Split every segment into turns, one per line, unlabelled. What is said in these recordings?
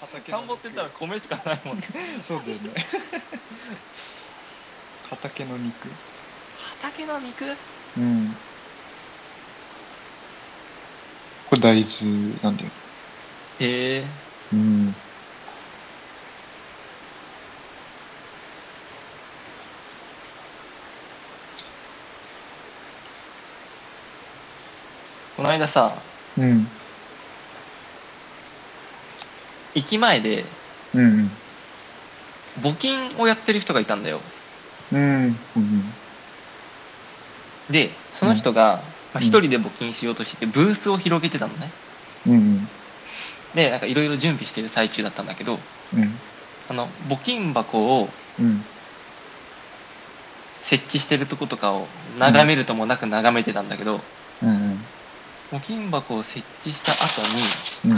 畑
田んぼって言ったら米しかないもんね
そうだよね 畑の肉
畑の肉
うんこれ大豆なんだよ
へえ
うん
この間さ
うん
駅前で
うん
募金をやってる人がいたんだよ
うんうん
でその人がまあ
うん
一人で募金しようとしててブースを広げてたのね
うんうん
でなんかいろいろ準備してる最中だったんだけど
うん
あの募金箱を
うん
設置してるとことかを眺めるともなく眺めてたんだけど、
うんうん
募金箱を設置した後に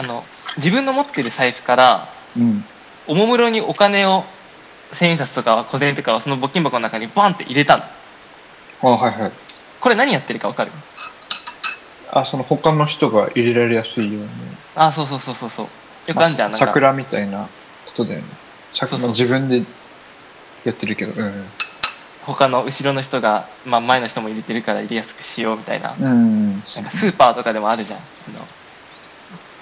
あの自分の持ってる財布から
うん
おもむろにお金を千円札とか小銭とかをその募金箱の中にバンって入れたの
あはいはい
これ何やってるか分かる
あその他の人が入れられやすいように
あそうそうそうそうそうよくあ
まあ
るじゃんなんか
桜みたいなことだよね
そう
桜
そう
自分でやってるけどうん
他の後ろの人が、まあ、前の人も入れてるから入れやすくしようみたいな
うんうんそ
な
うん
かスーパーとかでもあるじゃんあの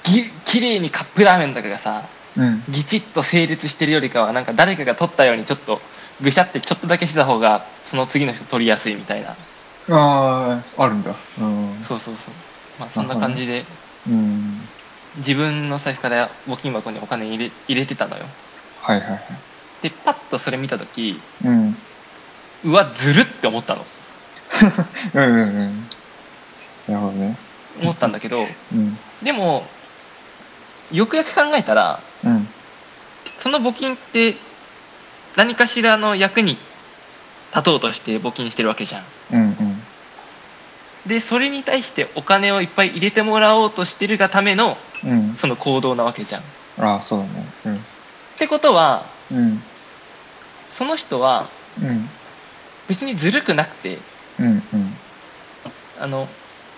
ぎ綺麗にカップラーメンとかがさ
うん
ぎちっと整列してるよりかはなんか誰かが取ったようにちょっとぐしゃってちょっとだけした方がその次の人取りやすいみたいな
あああるんだうん
そうそうそうまあそんな感じで
うん
自分の財布から募金箱にお金入れ入れてたのよ
はいはいはい
でパッとそれ見た時
うん
うわずるって思ったの
うんうんうんなるほどね
思ったんだけど
うん
でもよくよく考えたら
うん
その募金って何かしらの役に立とうとして募金してるわけじゃん
うんうん
でそれに対してお金をいっぱい入れてもらおうとしてるがための
うん
その行動なわけじゃんっ
ああそうだね
てことは
うん
その人は
うん
別にずるくなくて
うんうんうん
あの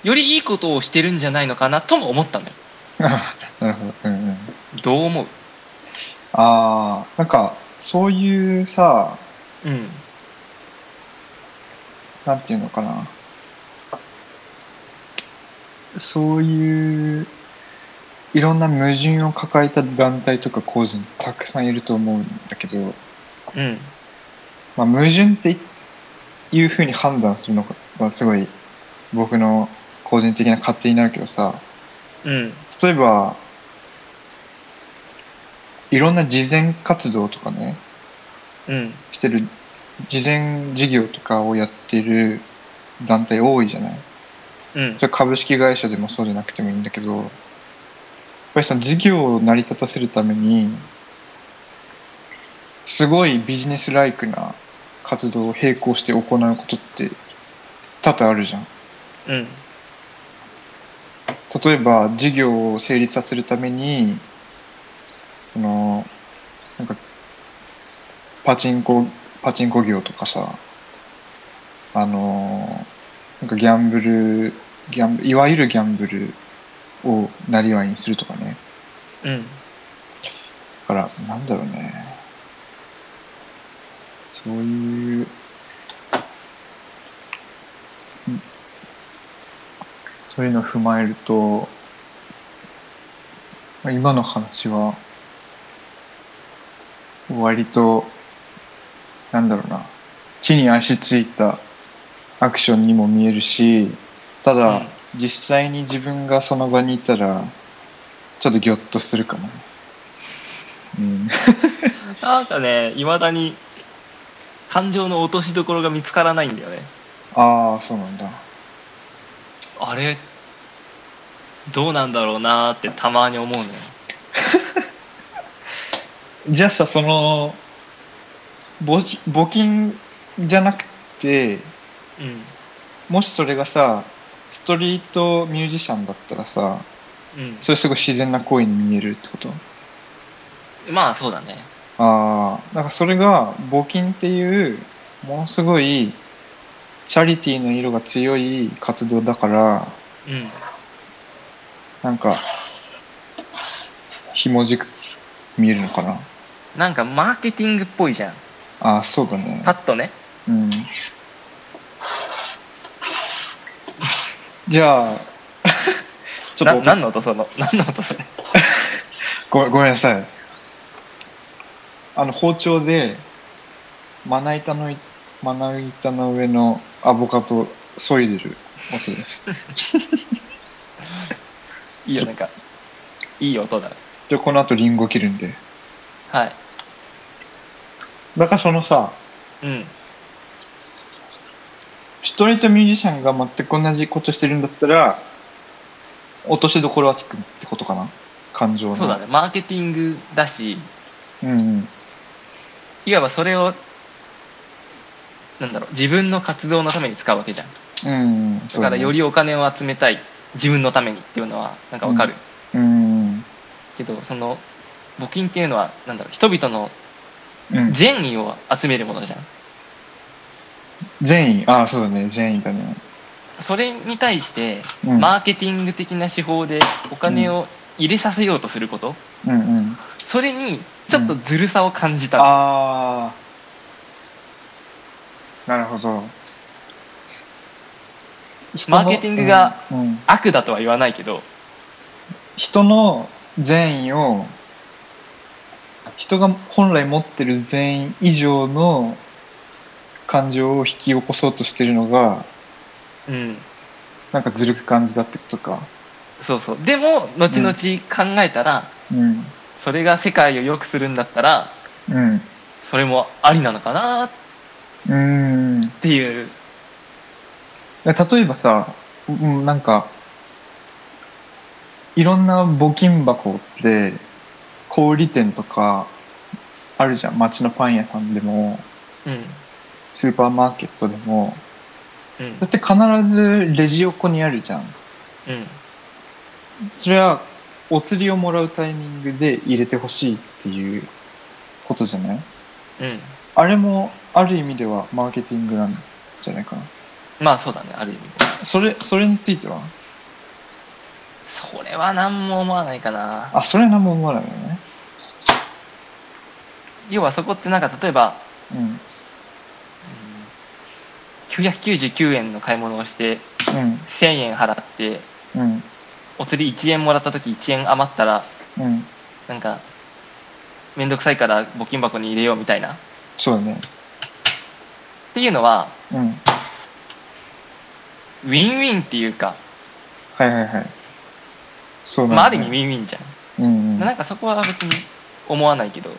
よりいいことをしてるんじゃないのかなとも思ったのよ
ああなるほどうんうん
どう思う
ああなんかそういうさ
うん
なんていうのかなそういういろんな矛盾を抱えた団体とか個人ってたくさんいると思うんだけど、
うん
まあ、矛盾っていうふうに判断するのはすごい僕の個人的な勝手になるけどさ
うん
例えばいろんな慈善活動とかね、
うん
してる慈善事業とかをやってる団体多いじゃない
うん
それ株式会社でもそうじゃなくてもいいんだけどやっぱりその事業を成り立たせるためにすごいビジネスライクな活動を並行して行うことって多々あるじゃん
うん
例えば事業を成立させるためにそのなんかパチンコパチンコ業とかさあのなんかギャンブルギャンブルいわゆるギャンブルをなりわいにするとかね
うん
だからなんだろうねそういううんそういうのを踏まえるとまあ今の話は割となんだろうな地に足ついたアクションにも見えるしただ、
うん
実際に自分がその場にいたらちょっとギョッとするかな。うん
なんかねいまだに感情の落としどころが見つからないんだよね
ああそうなんだ
あれどうなんだろうなーってたまに思うのよ
じゃあさその募金募金じゃなくてもしそれがさストリートミュージシャンだったらさ
うんうん
それすごい自然な行為に見えるってこと
まあそうだね
ああなんかそれが募金っていうものすごいチャリティーの色が強い活動だから
うん
なんか紐じく見えるのかな
なんかマーケティングっぽいじゃん
ああそうだね
パッとね
うんじゃあ ちょ
な
っと
何の音その 何の音それ
ごごめんなさいあの包丁でまな板のいまな板の上のアボカド削いでる音です
いいよなんかいい音だ
でこの後リンゴ切るんで
はい
だからそのさ
うん
ストリートミュージシャンが全く同じことしてるんだったら落としどころはつくってことかな感情の
そうだねマーケティングだし
うんうん
いわばそれをなんだろう自分の活動のために使うわけじゃん
うんうん
だからよ
り
りお金を集めたい自分のためにっていうのはなんかわかる、
うん
けどその募金っていうのはなんだろう人々の
うん
善意を集めるものじゃん
善意ああそうだね善意だね
それに対して、
うん
マーケティング的な手法でお金を入れさせようとすること
うんうん
それにちょっとずるさを感じたの、
ああなるほど人の
マーケティングが、
うんうん
悪だとは言わないけど
人の善意を人が本来持ってる善意以上の感情を引き起こそうとしてるのが
うん
なんかずるく感じだってことか。
そうそうでも後々考えたら、
うん
それが世界を良くするんだったら
うん
それもありなのかなっ
うん
ていう
例えばさ、うん、なんかいろんな募金箱って小売店とかあるじゃん街のパン屋さんでも
うん
スーパーマーケットでも
うん
だって必ずレジ横にあるじゃん
うん
それはお釣りをもらうタイミングで入れてほしいっていうことじゃない
うん
あれもある意味ではマーケティングなんじゃないかな
まあそうだねある意味
それそれについては
それは何も思わないかな
あそれは何も思わないよね
要はそこってなんか例えば
うんうん
999円の買い物をして1000円払って
うん
お釣り1円もらった時1円余ったら
うん
なんか面倒くさいから募金箱に入れようみたいなっ
そうだね
ていうのは
うん
ウィンウィンっていうか、
はいはいはいそう
まあ、あ
な
る
んだ
意
ね
味ウィンウィンじゃん、
うんうん
なんかそこは別に思わないけど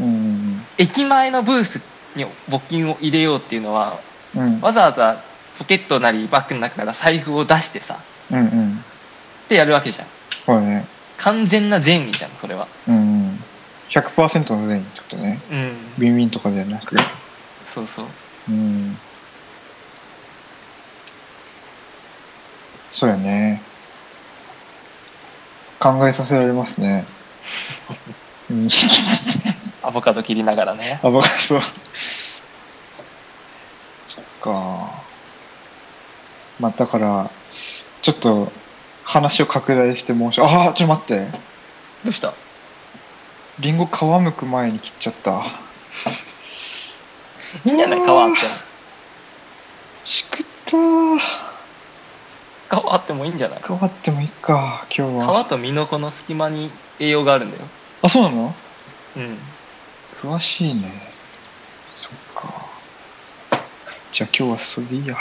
うん
駅前のブースに募金を入れようっていうのは
うんうん
わざわざポケットなりバッグの中から財布を出してさ
うんうん
ってやるわけじゃん
そうだね
完全な善意じゃんそれは
うんうん100%の善意ってことね
うん
ビンビンとかじゃなく
そうそう
うんそうやね考えさせられますねうん
アボカド切りながらね
あバカそうそっかまあだからちょっと話を拡大して申しああちょっと待って
どうした
りんご皮むく前に切っちゃった
いいんじゃない皮あっても
しくったー
皮あってもいいんじゃない
皮あってもいいか今日は
皮と身のこの隙間に栄養があるんだよ
あそうなの
うん
詳しいねそっかじゃあ今日はそれでいいや皮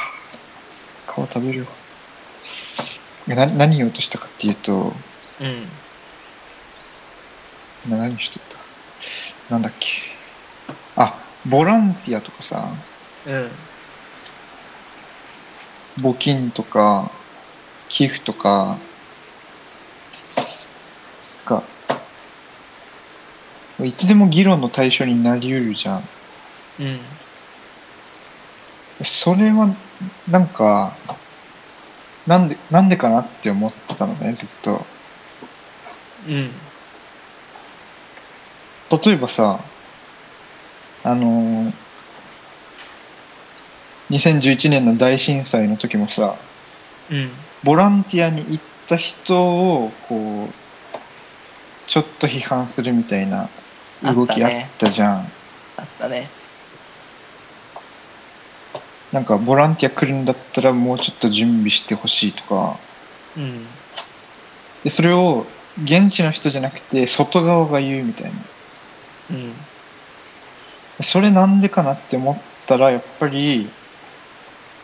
食べるよな何言おうとしたかっていうと
うん
な何しとったなんだっけあボランティアとかさ
うん
募金とか寄付とかがいつでも議論の対象になりうるじゃん
うん
それはなんかなんでなんでかなって思ってたのねずっと
うん
例えばさあのー2011年の大震災の時もさ
うん
ボランティアに行った人をこうちょっと批判するみたいな動きあったじゃん、
あったね
なんかボランティア来るんだったらもうちょっと準備してほしいとか
うん
でそれを現地の人じゃなくて外側が言うみたいな
うん
それなんでかなって思ったらやっぱり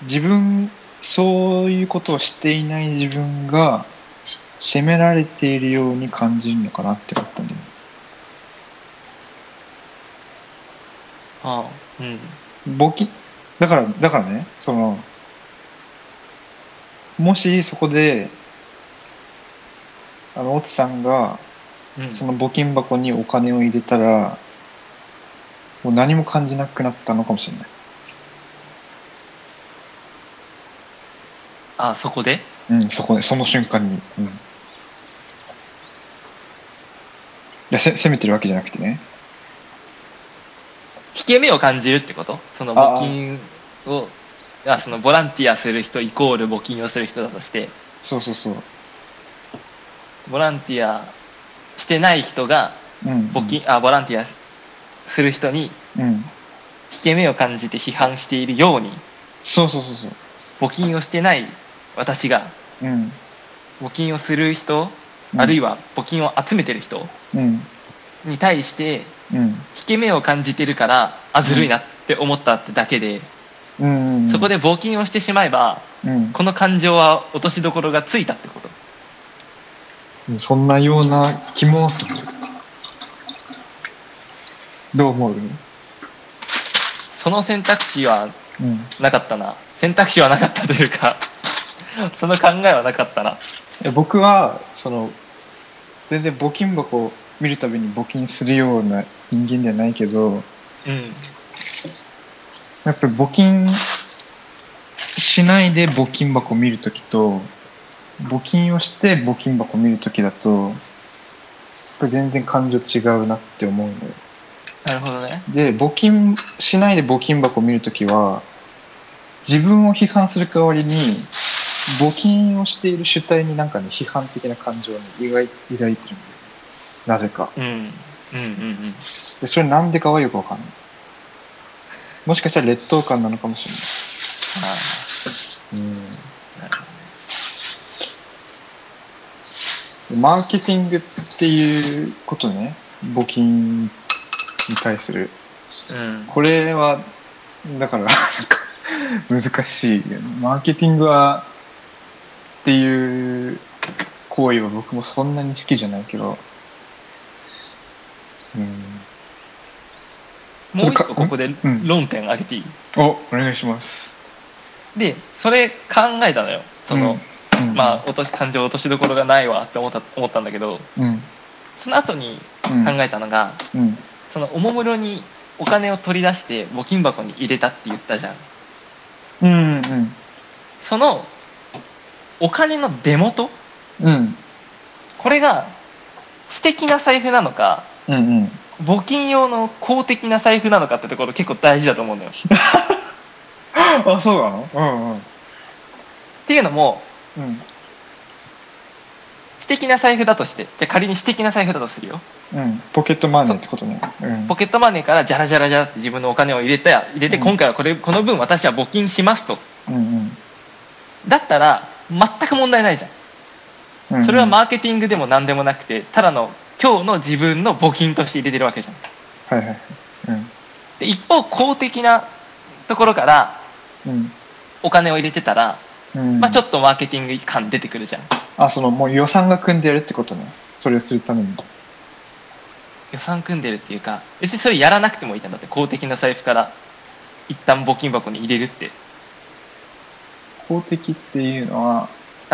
自分そういうことをしていない自分が責められているように感じるのかなって思ったんだよね
ああうん
簿記だからだからねそのもしそこであのオツさんが
うん
その募金箱にお金を入れたらもう何も感じなくなったのかもしれない
あそこで
うん、そこで、その瞬間に。うん。いや、せ攻めてるわけじゃなくてね。
引け目を感じるってことその募金をあそのボランティアする人イコール募金をする人だとして
そうそうそう。
ボランティアしてない人が
うん。
募金、あボランティアする人に
うん。
引け目を感じて批判しているように
そうそうそうそう。
募金をしてない私が
うん。
募金をする人、あるいは募金を集めてる人
うん。
に対して
うん。
引け目を感じてるからあずるいなって思ったってだけで、
うん。うん。
そこ。で募金をしてしまえば
うん。
この感情は落としどころがついたってこと
そんなような気もする。どう思う
その選択肢は
うん。
なかったな選択肢はなかったというかその考えはなかったな
え僕は、その、全然募金箱を見るたびに募金するような人間ではないけど、
うん
やっぱり募金しないで募金箱見るときと募金をして募金箱見るときだとやっぱり全然感情違うなって思うのよ
なるほどね
で募金しないで募金箱見るときは自分を批判する代わりに募金をしている主体になんかね批判的な感情を、ね、抱い抱いてるんだよねなぜか
うんうんうんうん
でそれなんでかはよくわかんないもしかしたら劣等感なのかもしれない
あ
うん、マーケティングっていうことね募金に対する
ー
これはだから なんか難しいよねマーケティングはっていう行為は僕もそんなに好きじゃないけど、うん、
うんも
ちょ
う一
っとか
個ここで
うん
論点上げていい、
おお願いします
でそれ考えたのよその、、
うんうん
まあ落とし感情落としどころがないわって思った思ったんだけど
うん
その後に
うん
考えたのが、
うん
そのおもむろにお金を取り出して募金箱に入れたって言ったじゃん
うん
そのお金の出元
うんうん
これが私的な財布なのか
うんうん
募金用の公的な財布なのかってところ結構大事だと 思うのよ。っ
あそうなのうんうん
ていうのも
うん
私的な財布だとしてじゃあ仮に私的な財布だとするよ
うん、ポケットマネーってことね。うん
ポケットマネーからジャラジャラジャラって自分のお金を入れた入れて
うん
今回はこれこの分私は募金しますと
うん
だったら全く問題ないじゃ
うん
んそれは
あ、
マーケティングでも何でもなくてただの今日の自分の募金として入れてるわけじゃん
はいはいはい。
で一方公的なところから
うん。
お金を入れてたら、
うん。
まあ、ちょ
と。
っとマーケティング感出てくるじゃん
あ、その、もう予算が組んでやるってことね。それをするために。
予算組んでるっていうか別にそれやらなくてもいいじゃんだって公的な財布から一旦募金箱に入れるって
公的っていうのは、
だか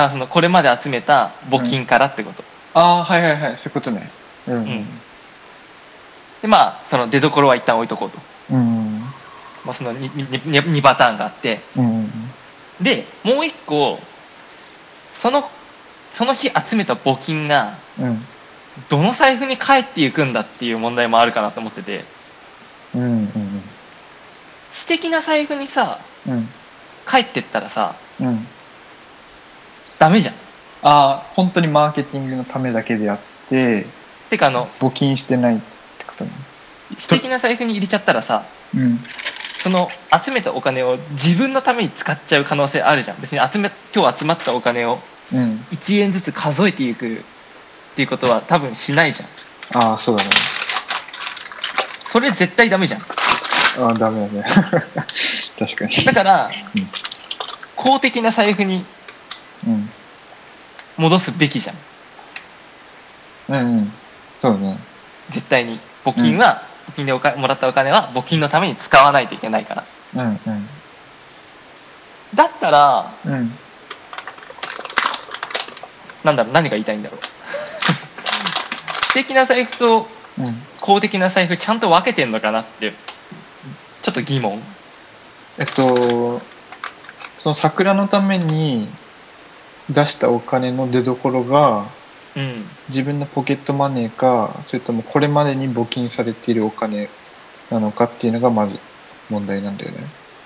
らそのこれまで集めた募金からってこと、
ああ、はいはいはい、そういうことね。うん。
でまあその出どころは一旦置いとこうと、
うん。
まあ、その 2, 2パターンがあって
うん。
でもう一個そのその日集めた募金が
うん。
どの財布に返っていくんだっていう問題もあるかなと思ってて
うん。うん。
私的な財布にさ
うん。
返ってったらさ
うん。
ダメじゃん
ああ、本当にマーケティングのためだけであって、
てかあの
募金してないってことね。
私的な財布に入れちゃったらさ
うん。
その集めたお金を自分のために使っちゃう可能性あるじゃん別に集め今日集まったお金を
うん。
1円ずつ数えていくっていうことは多分しないじゃん
ああ、そうだね。
それ絶対ダメじゃん
ああ、ダメだね。 確かに。
だから
うん
公的な財布に
うん。
戻すべきじゃん
うんうん。そうね。
絶対に募金は、募金でおかもらったお金は募金のために使わないといけないから
うん
だったら
うん。うん。
なんだろう何が言いたいんだろう私的な財布と
うん。
公的な財布ちゃんと分けてんのかなってちょっと疑問
えっと、その桜のために出したお金の出どころが
うん
自分のポケットマネーか、それともこれまでに募金されているお金なのかっていうのがまず問題なんだよね。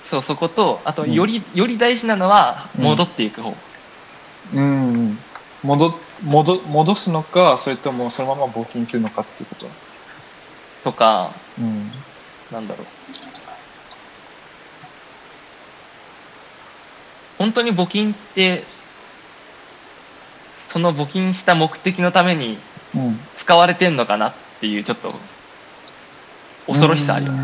そうそことあと
うん
より、より大事なのは
うん
戻っていく方、
うんうん。戻、戻、戻すのか、それともそのまま募金するのかっていうこと。
とか
うん。
なんだろう本当に募金ってその募金した目的のために
うん。
使われてんのかなっていうちょっと恐ろしさあるよ
う
ね
ん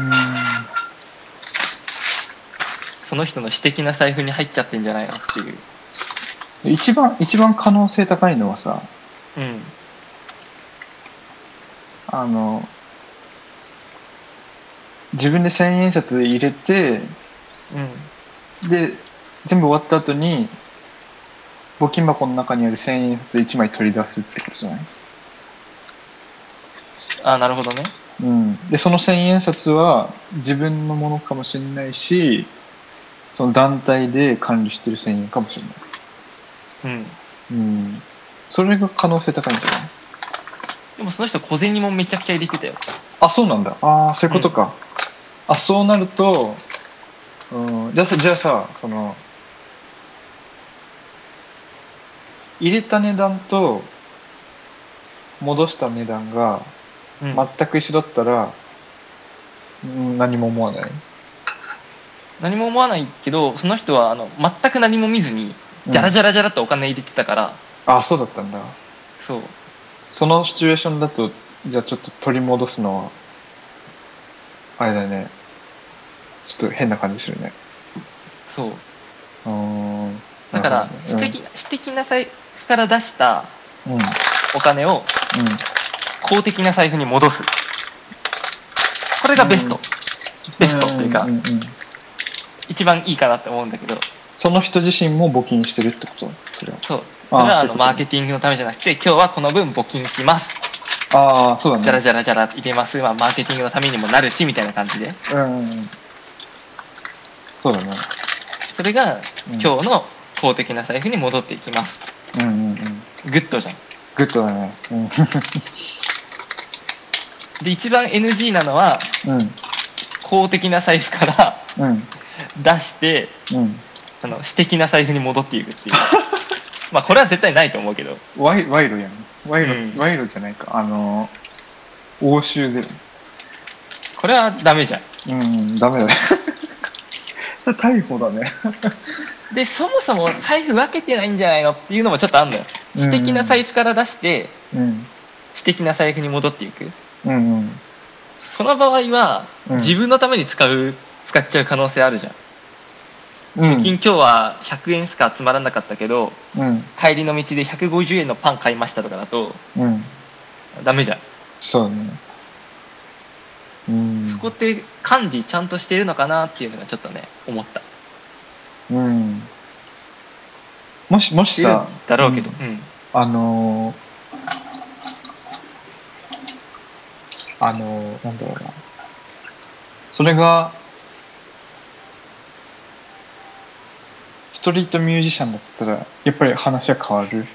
その人の私的な財布に入っちゃってんじゃないのっていう
一番、一番可能性高いのはさ、
うん
あの、自分で千円札入れて、
うん
で、全部終わった後に、募金箱の中にある千円札1枚取り出すってことじゃない
あなるほどね
うん。で、その千円札は自分のものかもしれないし、その団体で管理してる千円かもしれない。
うん
うん。それが可能性高いんじゃない
でもその人小銭もめちゃくちゃ入れてたよ
あ、そうなんだ。ああ、そういうことか。あ、そうなると、うん、じゃあさ、じゃあさ、その、入れた値段と戻した値段が
うん、
全く一緒だったら、うん、何も思わない。
何も思わないけどその人はあの全く何も見ずにじゃらじ
ゃ、
ゃらじゃらとお金入れてたから、
あ、そうだったんだ。
そう
そのシチュエーションだと、じゃあちょっと取り戻すのは、あれだね。ちょっと変な感じするね。
そう
うーん。
だから
なるほ
私
どね
的,、私的な財布から出した
うん。うん
お金を
うん
公的な財布に戻すこれがベスト、
うん
ベストっていうか、
んんん
一番いいかなって思うんだけど
その人自身も募金してるってことそれは
そうそ
あー
れはあ
そういう
の
こと
マーケティングのためじゃなくて今日はこの分募金します
ああそうだね
じゃらじゃらじゃら入れます、まあ、マーケティングのためにもなるしみたいな感じで
うんうんうんそうだね
それが今日の公的な財布に戻っていきます
うんうんうん
グッドじゃん
グッドだねうん
で一番 NG なのは公的な財布から
うんうん
出して
うん
あの私的な財布に戻っていくっていう まあこれは絶対ないと思うけど
賄賄賂やん賄賂、
うん
賄賂じゃないかあの応酬で
これはダメじゃん
うんダメだねそれ逮捕だね
でそもそも財布分けてないんじゃないのっていうのもちょっとあんのよ
うん
私的な財布から出して
うん
私的な財布に戻っていく
うんうん
その場合は
うん
自分のために使う使っちゃう可能性あるじゃん
うん
金今日は100円しか集まらなかったけど
うん
帰りの道で150円のパン買いましたとかだと
うん
ダメじゃん
そうだねうん
そこって管理ちゃんとしてるのかなっていうのがちょっとね思った
うんもしもし
だ
さ
ろうけど、
うん
うん
あのーあのーなんだろうなそれがストリートミュージシャンだったらやっぱり話は変わる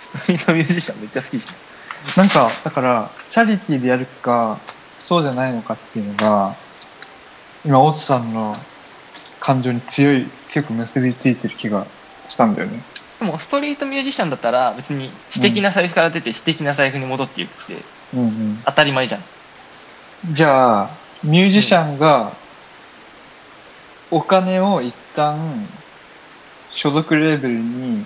ストリートミュージシャンめっちゃ好きじ
なんかだからチャリティーでやるかそうじゃないのかっていうのが今大津さんの感情に強い強く結びついてる気がしたんだよね
でもストリートミュージシャンだったら別に私的な財布から出て私的な財布に戻っていくって
うんうん、
当たり前じゃん
じゃあミュージシャンがお金を一旦所属レーベルに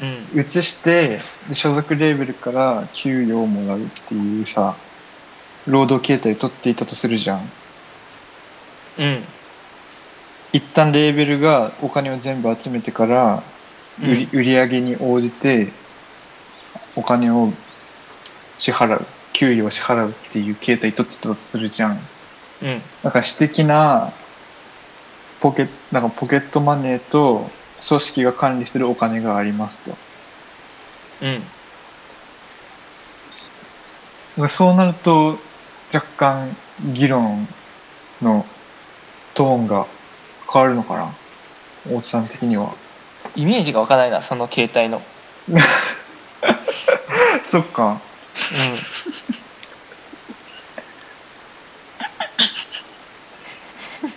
うん
移してで所属レーベルから給与をもらうっていうさ労働形態を取っていたとするじゃん
うん
一旦レーベルがお金を全部集めてから売り,、売り上げに応じてお金を支払う給与を支払うっていう形態取ってたとするじゃん
うん
なんか私的なポケなんかポケットマネーと組織が管理するお金がありますと
うん
そうなると若干議論のトーンが変わるのかな大津さん的には
イメージが湧かないなその携帯の
そっか
うんい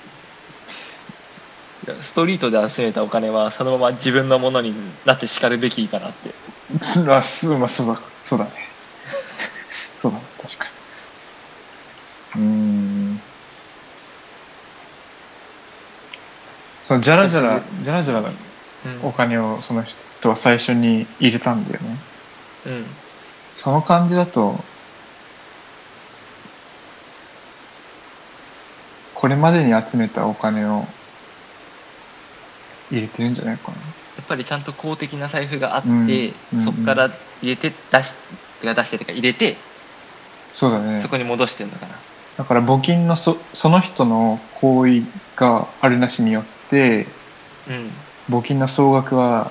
や ストリートで集めたお金はそのまま自分のものになってしかるべきかなって
あすまあそうだそうだねそうだね確かにうーんそのじゃらじゃらじゃらじゃら
うん
お金をその人は最初に入れたんだよね
うん
その感じだとこれまでに集めたお金を入れてるんじゃないかな
やっぱりちゃんと公的な財布があって、
うんうん
そこから入れて出しいや出してというか入れて
そうだね
そこに戻してるのかな、
だから募金のそその人の行為があるなしによって
うん
募金の総額は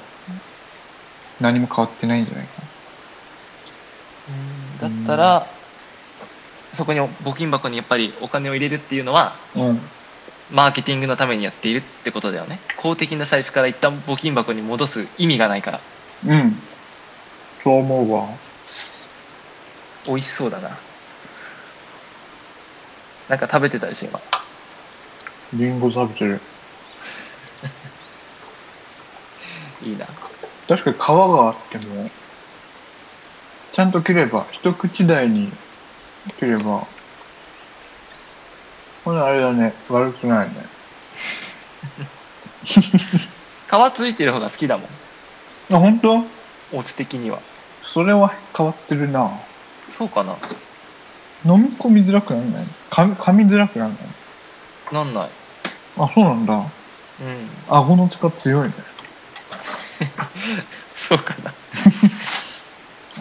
何も変わってないんじゃないかな
だったら、そこに募金箱にやっぱりお金を入れるっていうのは
うん
マーケティングのためにやっているってことだよね公的な財布から一旦募金箱に戻す意味がないから
うんそう思うわ
美味しそうだななんか食べてたでしょ今
リンゴ食べてる
いいな
確かに皮があってもちゃんと切れば一口大に切ればこれあれだね悪くないね
皮ついてる方が好きだもん
あ本当
オツ的には
それは変わってるな
そうかな
飲み込みづらくなんない噛み噛みづらくなんない
なんない
あそうなんだ
うん
顎の力強いね
そうかな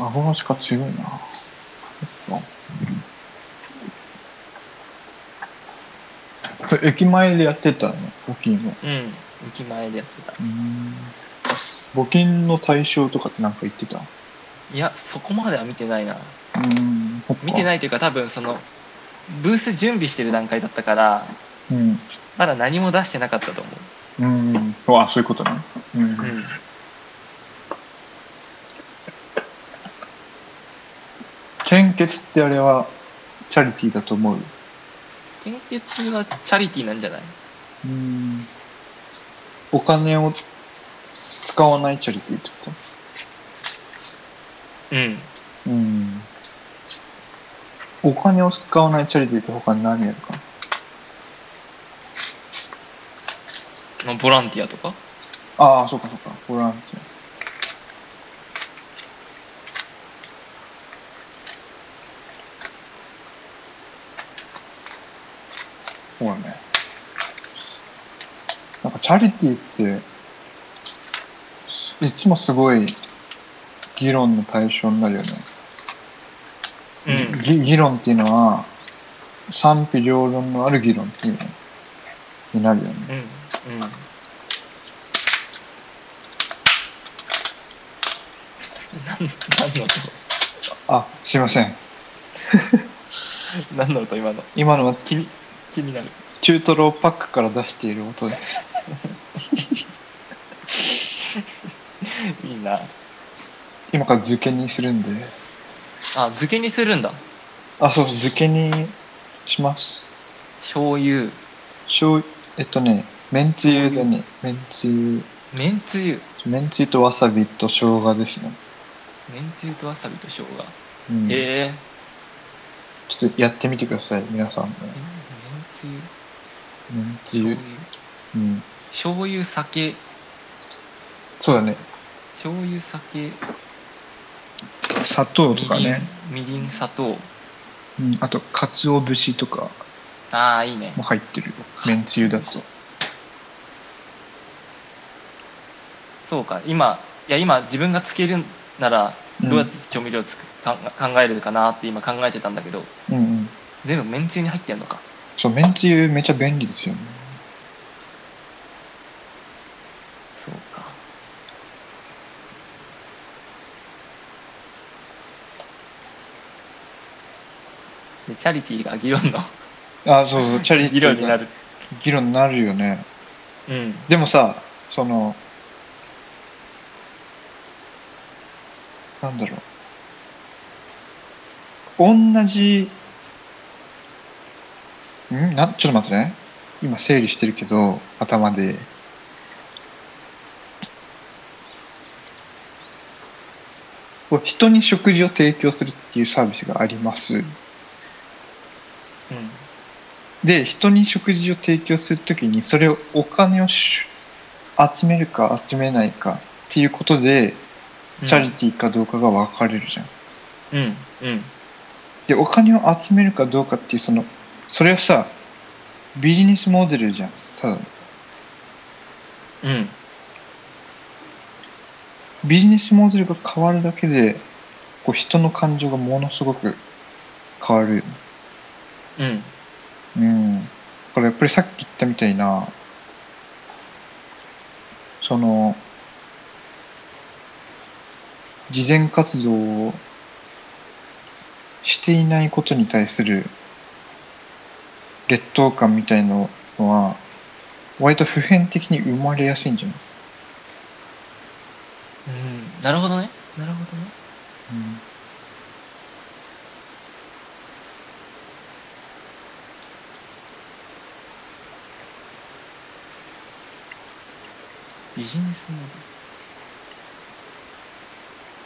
顎の力強いなそっかそれ駅前でやってたの募金は
うん駅前でやってた
募金の対象とかってなんか言ってた
いやそこまでは見てないな
うん、
見てないいというか多分そのブース準備してる段階だったから
うん、
まだ何も出してなかったと思
うんうわそういうことねうん、
う、うん、
献血ってあれはチャリティーだと思う
献血はチャリティーなんじゃない
うんお金を使わないチャリティーってこ
うん
とうんお金を使わないチャリティーって他に何やるか
まあボランティアとか
ああそうかそうかボランティアそうだねなんかチャリティーっていつもすごい議論の対象になるよね、
うん
ぎ議論っていうのは賛否両論のある議論っていうのになるよね
うんうん何何の音
あすいません
何の音今の
今のは
気に気になる
中トロをパックから出している音です。
いいなあ
今から漬けにするんで。
漬けにするんだ
あ、そうそう、漬けにします。
醤油
醤油、えっとね、めんつゆだね。めんつゆ。
めんつゆ
めんつゆとわさびと生姜ですね。
めんつゆとわさびと生姜、
うん、
え
ちょっとやってみてください、皆さんも。
ー、めん
めんつ
つゆ
ゆ。うん。
醤油酒
そうだね。
醤油酒
砂糖
み
と
りん
かね。
みりん砂糖
うん、あと、かつお節とか
ああいいね
も入ってる。めんつゆだと。
そうか今いや今自分がつけるなら
うん
どうやって調味料つく、か考えるかなって今考えてたんだけど
うんうん。
全部めんつゆに入ってんのか
そう、めんつゆめちゃ便利ですよね。
そうかでチャリティーが議論の
あ、そうそう、チャリティ
議
ーが
論になる
議論になるよね。
うん
でもさ、その、なんだろう。同じ、んな、ちょっと待ってね。今整理してるけど、頭で。こう人に食事を提供するっていうサービスがあります。
うん
で人に食事を提供するときにそれをお金をし集めるか集めないかっていうことでチャリティーかどうかが分かれるじゃん。
うんうん
でお金を集めるかどうかっていうそのそれはさビジネスモデルじゃんた
う
だ
ん
ビジネスモデルが変わるだけでこう人の感情がものすごく変わるよね。
うん
うん。これやっぱりさっき言ったみたいな、その、慈善活動をしていないことに対する劣等感みたいのは、割と普遍的に生まれやすいんじゃない、
うんなるほどねなるほどねビジネスモデ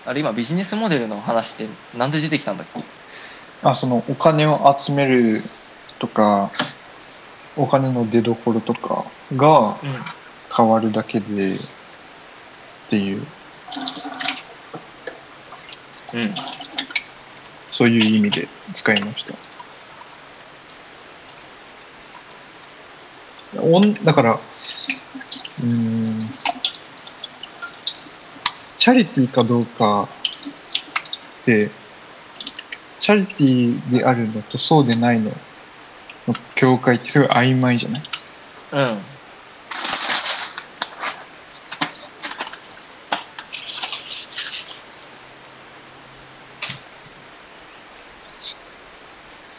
ルあれ今ビジネスモデルの話ってなんで出てきたんだっけ
あ、そのお金を集めるとか、お金の出所とか
うん
が、変わるだけでっていう
うん
そういう意味で使いましたおんだからうーんチャリティーかどうかってチャリティーであるのとそうでないのの境界ってすごい曖昧じゃない
うん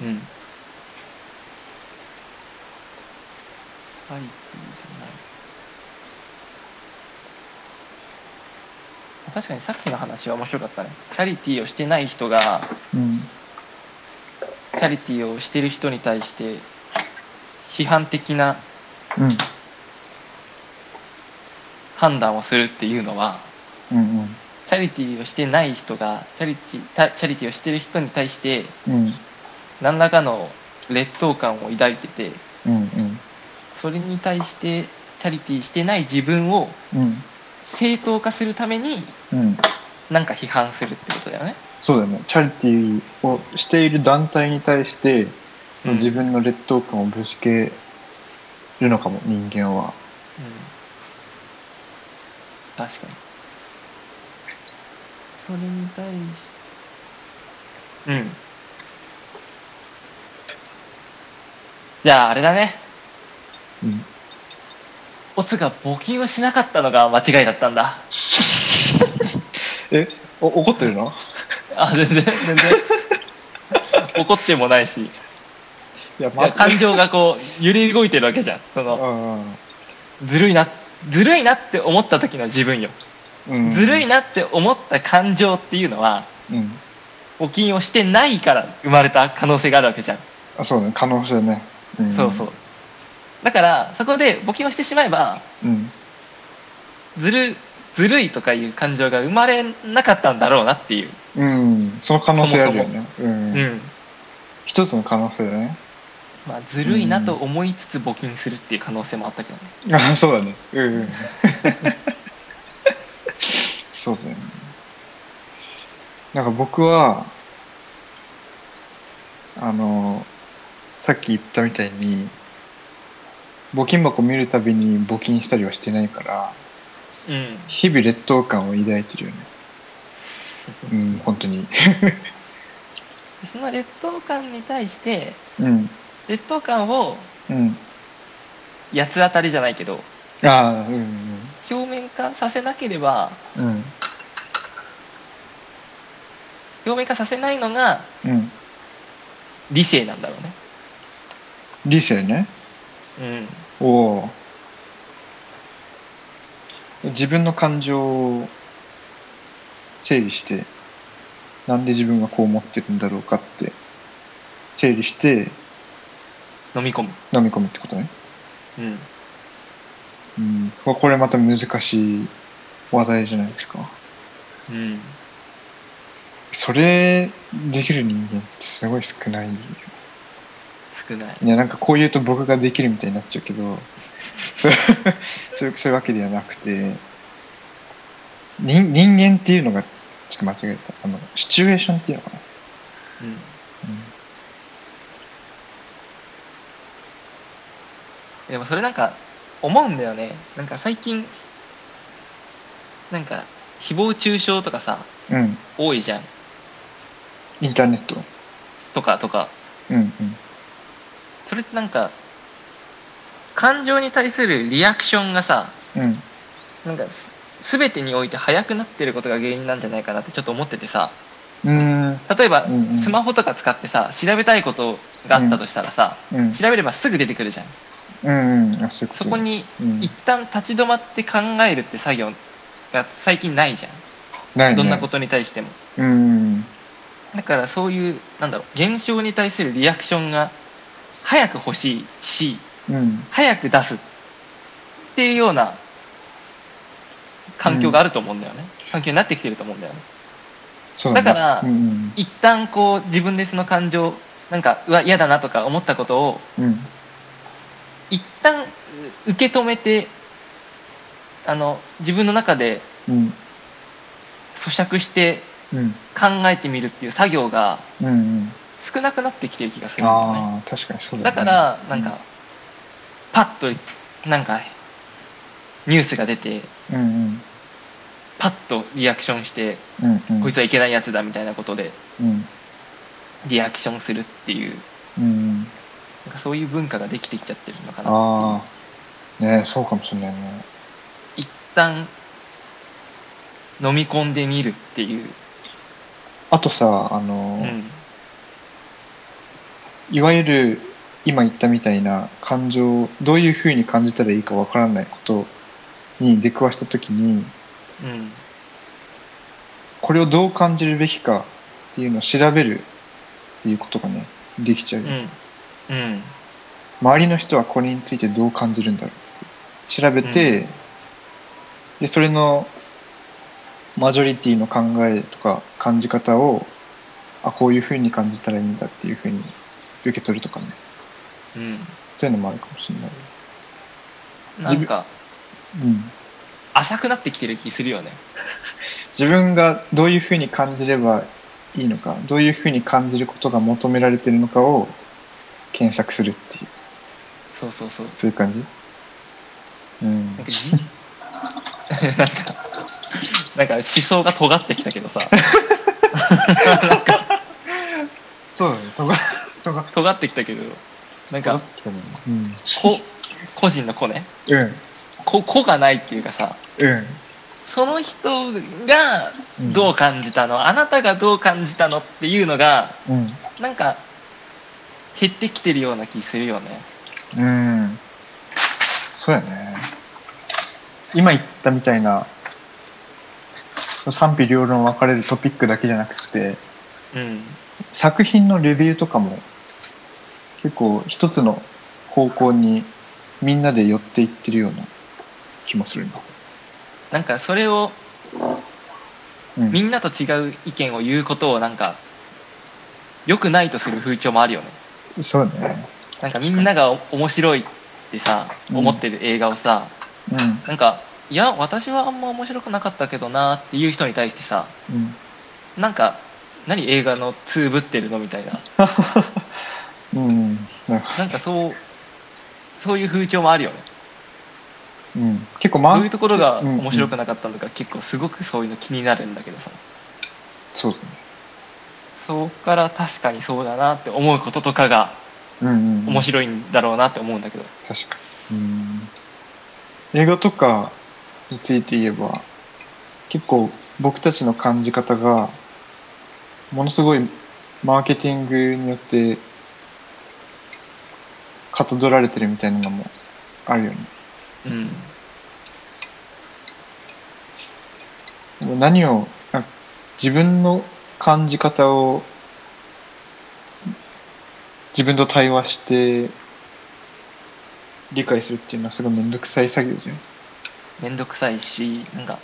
うん。はい、いいじゃない。確かにさっきの話は面白かったね。チャリティーをしてない人が、
うん
チャリティーをしてる人に対して、批判的な
うん
判断をするっていうのは、
うん
チャリティーをしてない人がチャリティたチャリティーをしてる人に対して
うんうん
何らかの劣等感を抱いてて
うん
それに対してチャリティーしてない自分を
うん
正当化するために
うんうん
何か批判するってことだよね。
そうだよねチャリティーをしている団体に対して
うん
自分の劣等感をぶつけるのかも人間は
うん、確かにそれに対しうんじゃああれだね
うん
オツが募金をしなかったのが間違いだったんだ
えお怒ってるの
あ全然全然怒ってもないしい
い や
や
待って
感情がこう揺れ動いてるわけじゃんその
うん
ずるいなずるいなって思った時の自分よ、
うん
ずるいなって思った感情っていうのは
うん
募金をしてないから生まれた可能性があるわけじゃん、
あそうね可能性ね、ん
そうそうだからそこで募金をしてしまえば
うん
ずるずずるいとかいう感情が生まれなかったんだろうなっていう。
うん、その可能性あるよね。う。
うんん。
一つの可能性だね。
まあ、ずるいなと思いつつ募金するっていう可能性もあったけどね。
あそうだね。うん。そうだよね。なんか僕は、あの、さっき言ったみたいに、募金箱見るたびに募金したりはしてないから、
うん。
日々劣等感を抱いてるよね。うん、本当に。
その劣等感に対して、
うん、
劣等感を
うん。
八つ当たりじゃないけど、
ああ、うん、
表面化させなければ、
うん、
表面化させないのが
うん。
理性なんだろうね。
理性ね。
うん。
おお自分の感情を整理してなんで自分はこう思ってるんだろうかって整理して
飲み込む。
飲み込むってことね、
うん。
うん、ここれまた難しい話題じゃないですか
うん。
それできる人間ってすごい少ないよ
少ない。
いやなんかこう言うと僕ができるみたいになっちゃうけどそう そういうそういうわけではなくて人人間っていうのがちょっと間違えたあのシチュエーションっていうのかな、
うん。でもそれなんか思うんだよねなんか最近なんか誹謗中傷とかさ
うん、うん、
多いじゃん
インターネット
とかとか
うんうん
それってなんか感情に対するリアクションがさ
うん
なんかす全てにおいて速くなってることが原因なんじゃないかなってちょっと思っててさ
うん
例えば
うんうん
スマホとか使ってさ調べたいことがあったとしたらさ
うん
調べればすぐ出てくるじゃん
うんうんあそういうこと
そこに
うん
一旦立ち止まって考えるって作業が最近ないじゃん
ないね
どんなことに対しても。
うん
だからそういう、なんだろう、現象に対するリアクションが早く欲しいし、
うん
早く出すっていうような環境があると思うんだよね。環境になってきてると思うんだよね。
そうだね
だから
うんうん
一旦こう自分でその感情、なんか、うわ、嫌だなとか思ったことを、
うん
一旦う受け止めて、あの、自分の中で
うん
咀嚼して
うん
考えてみるっていう作業が
うんうん
少なくなってきてる気がするんだよね。
ああ確かにそうだ、
だ
ね、
からなん
う
かパッとなんかニュースが出て
うん
パッとリアクションして
うんうんうん
こいつはいけないやつだみたいなことで
うん
リアクションするっていう
うん
なんかそういう文化ができてきちゃってるのかなっ
ああねそうかもしれないね
ていう一旦飲み込んでみるっていう、
あとさあの、
うん
いわゆる今言ったみたいな感情をどういうふうに感じたらいいかわからないことに出くわした時に
うん
これをどう感じるべきかっていうのを調べるっていうことがねできちゃう、
うんうん
周りの人はこれについてどう感じるんだろうって調べて、でそれのマジョリティの考えとか感じ方をあこういうふうに感じたらいいんだっていうふうに受け取るとかね
う
そういうのもあるかもしれない、
んなんか
うん、
浅くなってきてる気するよね
自分がどういうふうに感じればいいのかどういうふうに感じることが求められてるのかを検索するっていう
そうそうそう
そういう感じうん
なんか じなんかなんか思想が尖ってきたけどさなんか
そうだねとが とが
尖ってきたけどなん
尖
か
ってきたねうん
こ個人の子ね
うん
こ子がないっていうかさ
うん
その人がどう感じたの、あなたがどう感じたのっていうのが
うん
なんか減ってきてるような気するよね
うんそうやね今言ったみたいな賛否両論分かれるトピックだけじゃなくて
うん
作品のレビューとかも結構一つの方向にみんなで寄っていってるような気もするな
なんかそれを
うん
みんなと違う意見を言うことをなんか良くないとする風潮もあるよね
そうね。
なんかみんなが面白いってさ
うん
思ってる映画をさ、
う
なんかいや私はあんま面白くなかったけどなっていう人に対してさ
ん。うん。
なんか何映画のつぶってるのみたいな
うん。なるほ
なんかそうそういう風潮もあるよね
ど。うん。結構マ
どういうところが
うん
面白くなかったのか結構すごくそういうの気になるんだけどさ
そうだね。
そこから確かにそうだなって思うこととかが
うん、うん。
面白いんだろうなって思うんだけど
確かに。うん。映画とかについて言えば、結構僕たちの感じ方が、ものすごいマーケティングによって、かたどられてるみたいなのもあるよね。
うん
もう何をなんか自分の感じ方を自分と対話して理解するっていうのはすごい面倒くさい作業じゃん。
面倒くさいしなんか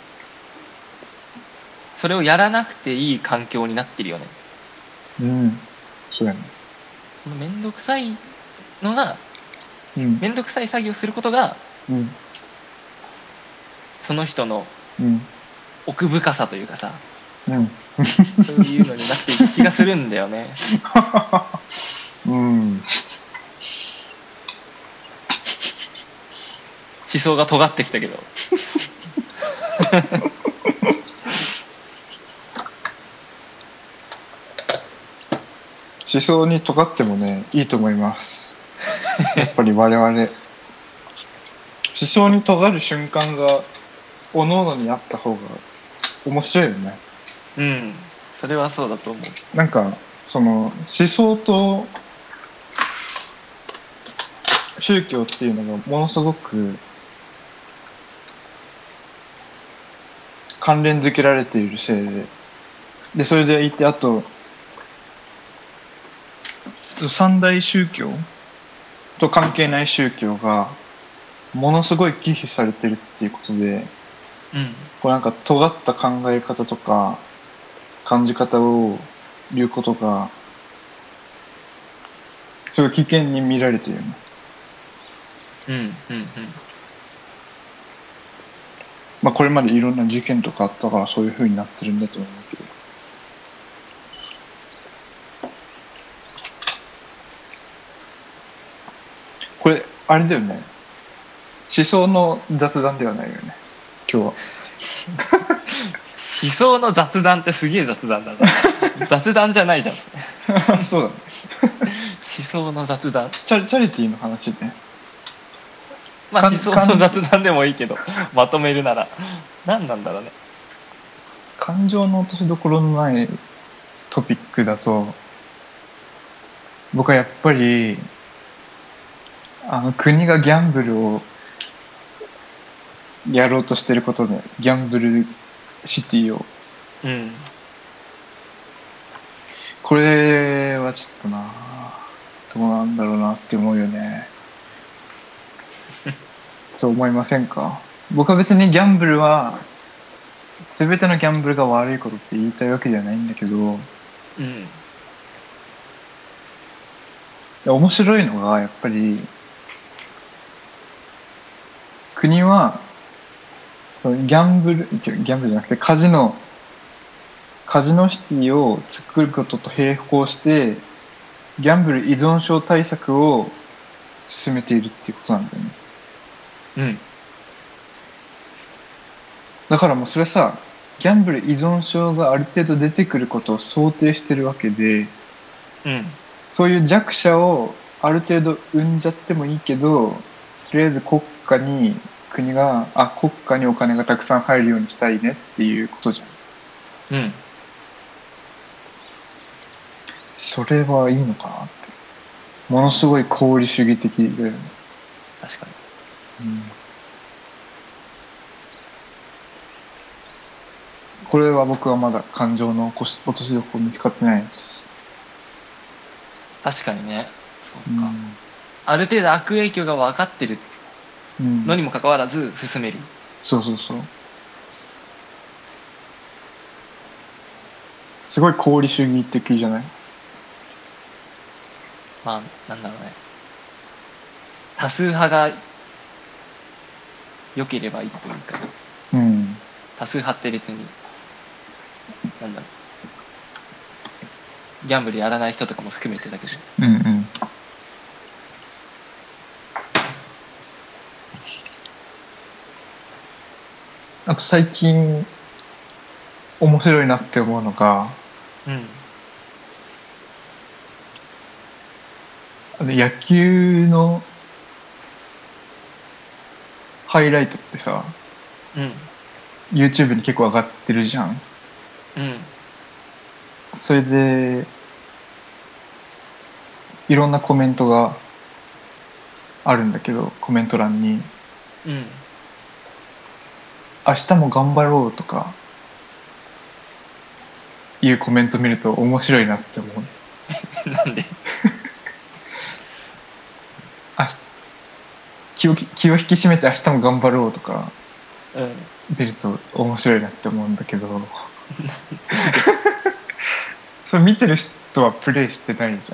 それをやらなくていい環境になってるよね
うん。そうやね。
その面倒くさいのが
うん。
面倒くさい作業をすることが
うん。
その人の
うん。
奥深さというかさ
うん。
そういうのになっていく気がするんだよね
うん。
思想が尖ってきたけど
思想に尖ってもね、いいと思います。やっぱり我々。思想に尖る瞬間が、おののにあった方が面白いよね。
うんそれはそうだと思う
なんかその思想と宗教っていうのがものすごく関連づけられているせいででそれでいてあと三大宗教と関係ない宗教がものすごい忌避されてるっていうことで
うん
こうなんか尖った考え方とか感じ方を言うことがすごい危険に見られてるよね。
うんうん
まあこれまでいろんな事件とかあったからそういう風になってるんだと思うけど。これ、あれだよね。思想の雑談ではないよね。今日は。
思想の雑談ってすげえ雑談だな雑談じゃないじゃん思
そうだね。
想の雑談
チャリチャリティーの話ね。
まあ
かん
思想の雑談でもいいけどまとめるなら何なんだろうね
感情の落としどころのないトピックだと僕はやっぱりあの国がギャンブルをやろうとしてることでギャンブルシティを
うん
これはちょっとなどうなんだろうなって思うよねそう思いませんか僕は別にギャンブルは全てのギャンブルが悪いことって言いたいわけではないんだけど
うん
面白いのがやっぱり国はそのギャンブル違うギャンブルじゃなくてカジノカジノシティを作ることと並行してギャンブル依存症対策を進めているっていうことなんだよね
うん
だからもうそれはさギャンブル依存症がある程度出てくることを想定してるわけで
うん
そういう弱者をある程度生んじゃってもいいけど、とりあえず国家に、国が、あ、国家にお金がたくさん入るようにしたいねっていうことじゃん。
うん
それはいいのかなって。ものすごい功利主義的だよね。
確かに
これは僕はまだ感情の落こし落としどころ見つかってないです。
確かにねそううか、
ん
ある程度悪影響が分かってる
うん
のにもかかわらず進める
そうそうそう。すごい功利主義的じゃない
まあ、なんだろうね。多数派が良ければいいというか、
うん。
多数派って別に、なんだろう。ギャンブルやらない人とかも含めてだけど、
うんうん。あと最近面白いなって思うのが
うん。
あの野球のハイライトってさ
うん。
YouTube に結構上がってるじゃん
うん。
それでいろんなコメントがあるんだけどコメント欄に
うん。
「明日も頑張ろう」とかいうコメント見ると面白いなって思う
なんで
あ気を気を引き締めて明日も頑張ろうとか
うん。
見ると面白いなって思うんだけどそれ見てる人はプレイしてないじ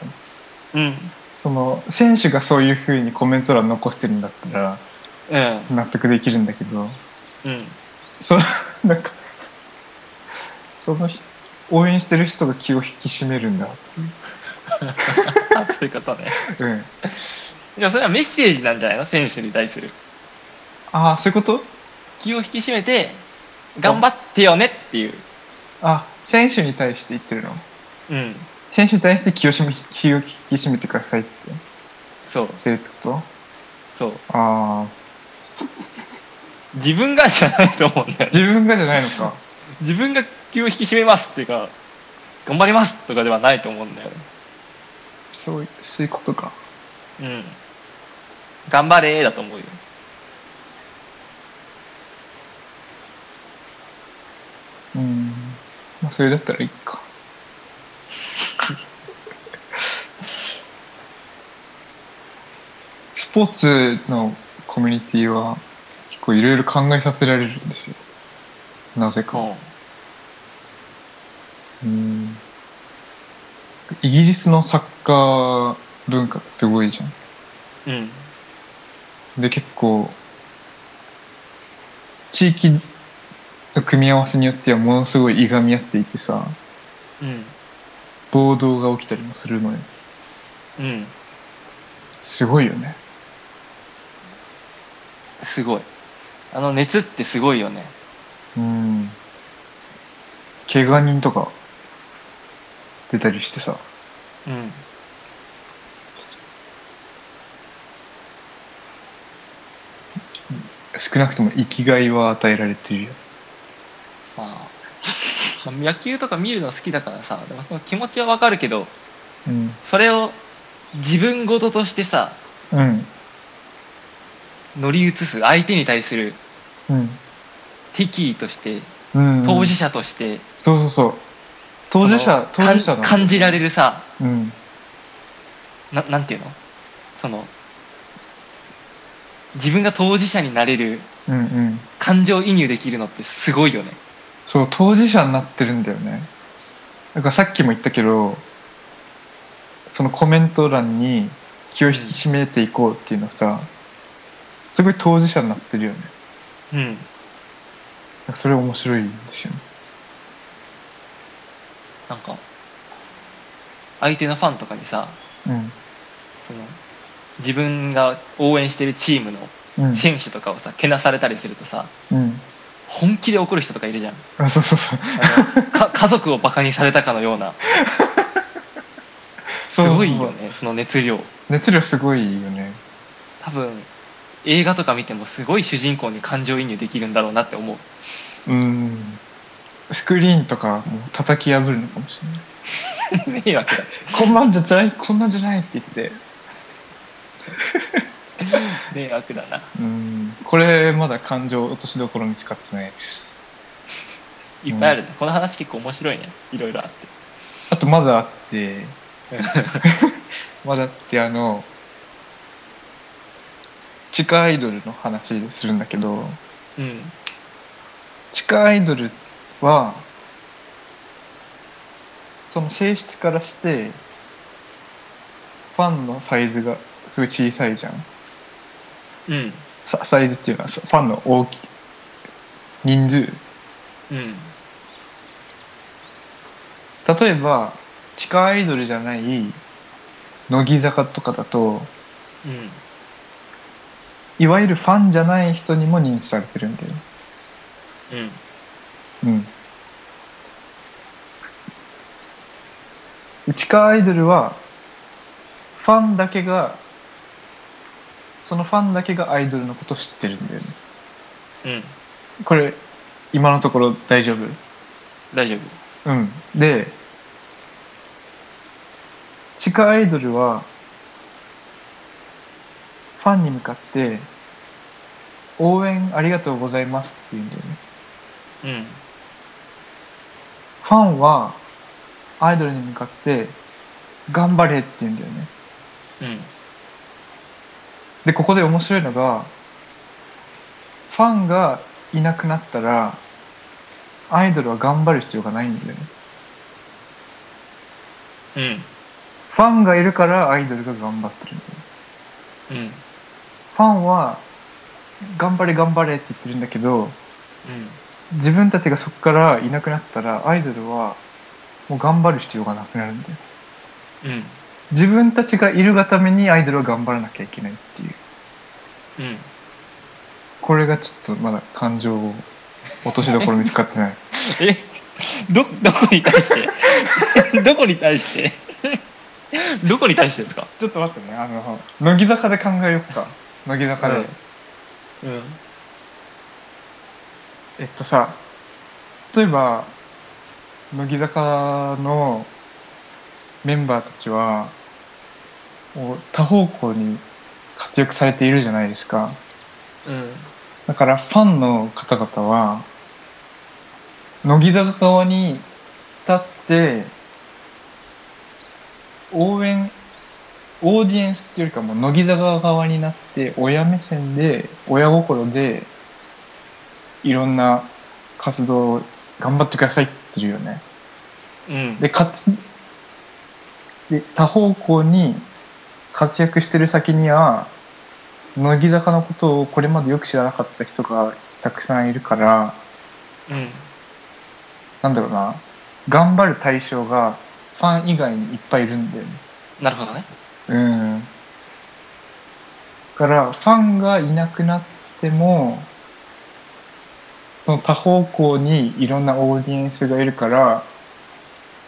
ゃん
うん。
その選手がそういうふうにコメント欄残してるんだったら
うん。
納得できるんだけど
うん。
そのなんかその人応援してる人が気を引き締めるんだ
あ、そういうことね。
うん
でもそれはメッセージなんじゃないの選手に対する。
ああそういうこと
気を引き締めて、頑張ってよねっていう。
あ選手に対して言ってるの
うん。
選手に対して気を締め気を引き締めてくださいって言
そう、
ってるってこと
そう。
ああ
自分がじゃないと思うんだよね。
自分がじゃないのか
自分が気を引き締めますっていうか、頑張りますとかではないと思うんだよね。
そうそういうことか
うん。頑張れーだと思うよ。
うんまあそれだったらいいか スポーツのコミュニティは結構いろいろ考えさせられるんですよなぜかうんイギリスのサッカー文化ってすごいじゃ
う
ん
ん。うん。
で結構地域の組み合わせによってはものすごいいがみ合っていてさ
うん。
暴動が起きたりもするの
う
よ
ん。
すごいよね
すごい。あの熱ってすごいよね。
うん怪我人とか出たりしてさ
うん。
少なくとも生きがいは与えられてるよ
まあ、まあ野球とか見るの好きだからさ、でもその気持ちはわかるけど、
うん
それを自分事としてさ、
うん
乗り移す相手に対する
うん
敵意として、
うん
当事者として、
そうそうそう当事者
そ
当
の
事者
か
なんの
感じられるさ、
うん
ななんていうのその自分が当事者になれる
うんうん
感情移入できるのってすごいよね
そう当事者になってるんだよねだからさっきも言ったけどそのコメント欄に気を引き締めていこうっていうのさすごい当事者になってるよね
うん
だからそれ面白いんですよね
なんか相手のファンとかにさその自分が応援してるチームの
うんうん
選手とかをさけなされたりするとさ
うん
本気で怒る人とかいる じゃん
あそうそうそう
あのか家族をバカにされたかのようなす
そう
ごいよねその熱量
熱量すごいよね
多分映画とか見てもすごい主人公に感情移入できるんだろうなって思う
うんスクリーンとかもう叩き破るのかもしれない
迷惑だ
こんなんじゃないこんなんじゃないって言って
迷惑だな
うんこれまだ感情落としどころ見つかってないです
いっぱいあるね、この話結構面白いねいろいろあっ
あとまだあ って
て
まだあってあの地下アイドルの話するんだけど
うん
地下アイドルはその性質からしてファンのサイズがすごい小さいじゃん
うん
ササイズっていうのはさファンの大き人数
うん
例えば地下アイドルじゃない乃木坂とかだと
うん
いわゆるファンじゃない人にも認知されてるんだよ、
うん
うん、地下アイドルはファンだけがそのファンだけがアイドルのことを知ってるんだよね
うん
これ今のところ大丈夫
大丈夫
うん、で地下アイドルはファンに向かって「応援ありがとうございます」って言うんだよね
うん
ファンはアイドルに向かって「頑張れ」って言うんだよね
うん
でここで面白いのがファンがいなくなったらアイドルは頑張る必要がないんだよね
うん
ファンがいるからアイドルが頑張ってるんだよね
うんうん
ファンは頑張れ頑張れって言ってるんだけど自分たちがそこからいなくなったらアイドルはもう頑張る必要がなくなるんだよ
うん
自分たちがいるがためにアイドルは頑張らなきゃいけないっていう
うん
これがちょっとまだ感情を落としどころ見つかってない
えどどこに対して どこに対してどこに対してですか
ちょっと待ってねあの乃木坂で考えよっか 乃木坂で、
うんうん
えっとさ例えば乃木坂のメンバーたちはもう多方向に活躍されているじゃないですか
うん
だからファンの方々は乃木坂側に立って応援オーディエンスっていうよりかもう乃木坂側になって親目線で親心でいろんな活動を頑張ってくださいって言うよね。
うん
でかつで多方向に活躍してる先には乃木坂のことをこれまでよく知らなかった人がたくさんいるから
うん
なんだろうな頑張る対象がファン以外にいっぱいいるんだよね。
なるほどね
うん。だからファンがいなくなってもその多方向にいろんなオーディエンスがいるから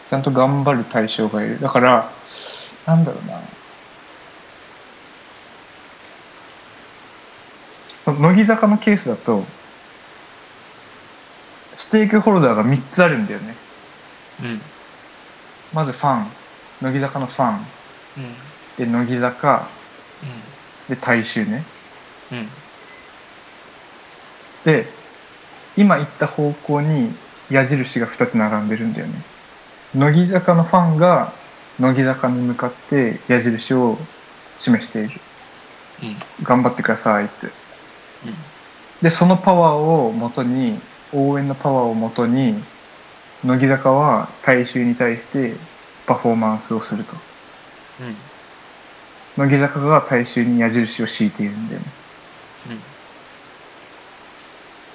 ちゃんと頑張る対象がいるだからなんだろうなこの乃木坂のケースだとステークホルダーが3つあるんだよね
うんうん
まずファン乃木坂のファンで乃木坂で大衆ね
うんうん
で今言った方向に矢印が2つ並んでるんだよね乃木坂のファンが乃木坂に向かって矢印を示している
うん
頑張ってくださいって
うん
でそのパワーをもとに応援のパワーをもとに乃木坂は大衆に対してパフォーマンスをすると
うん
乃木坂が大衆に矢印を敷いているんだよね
うん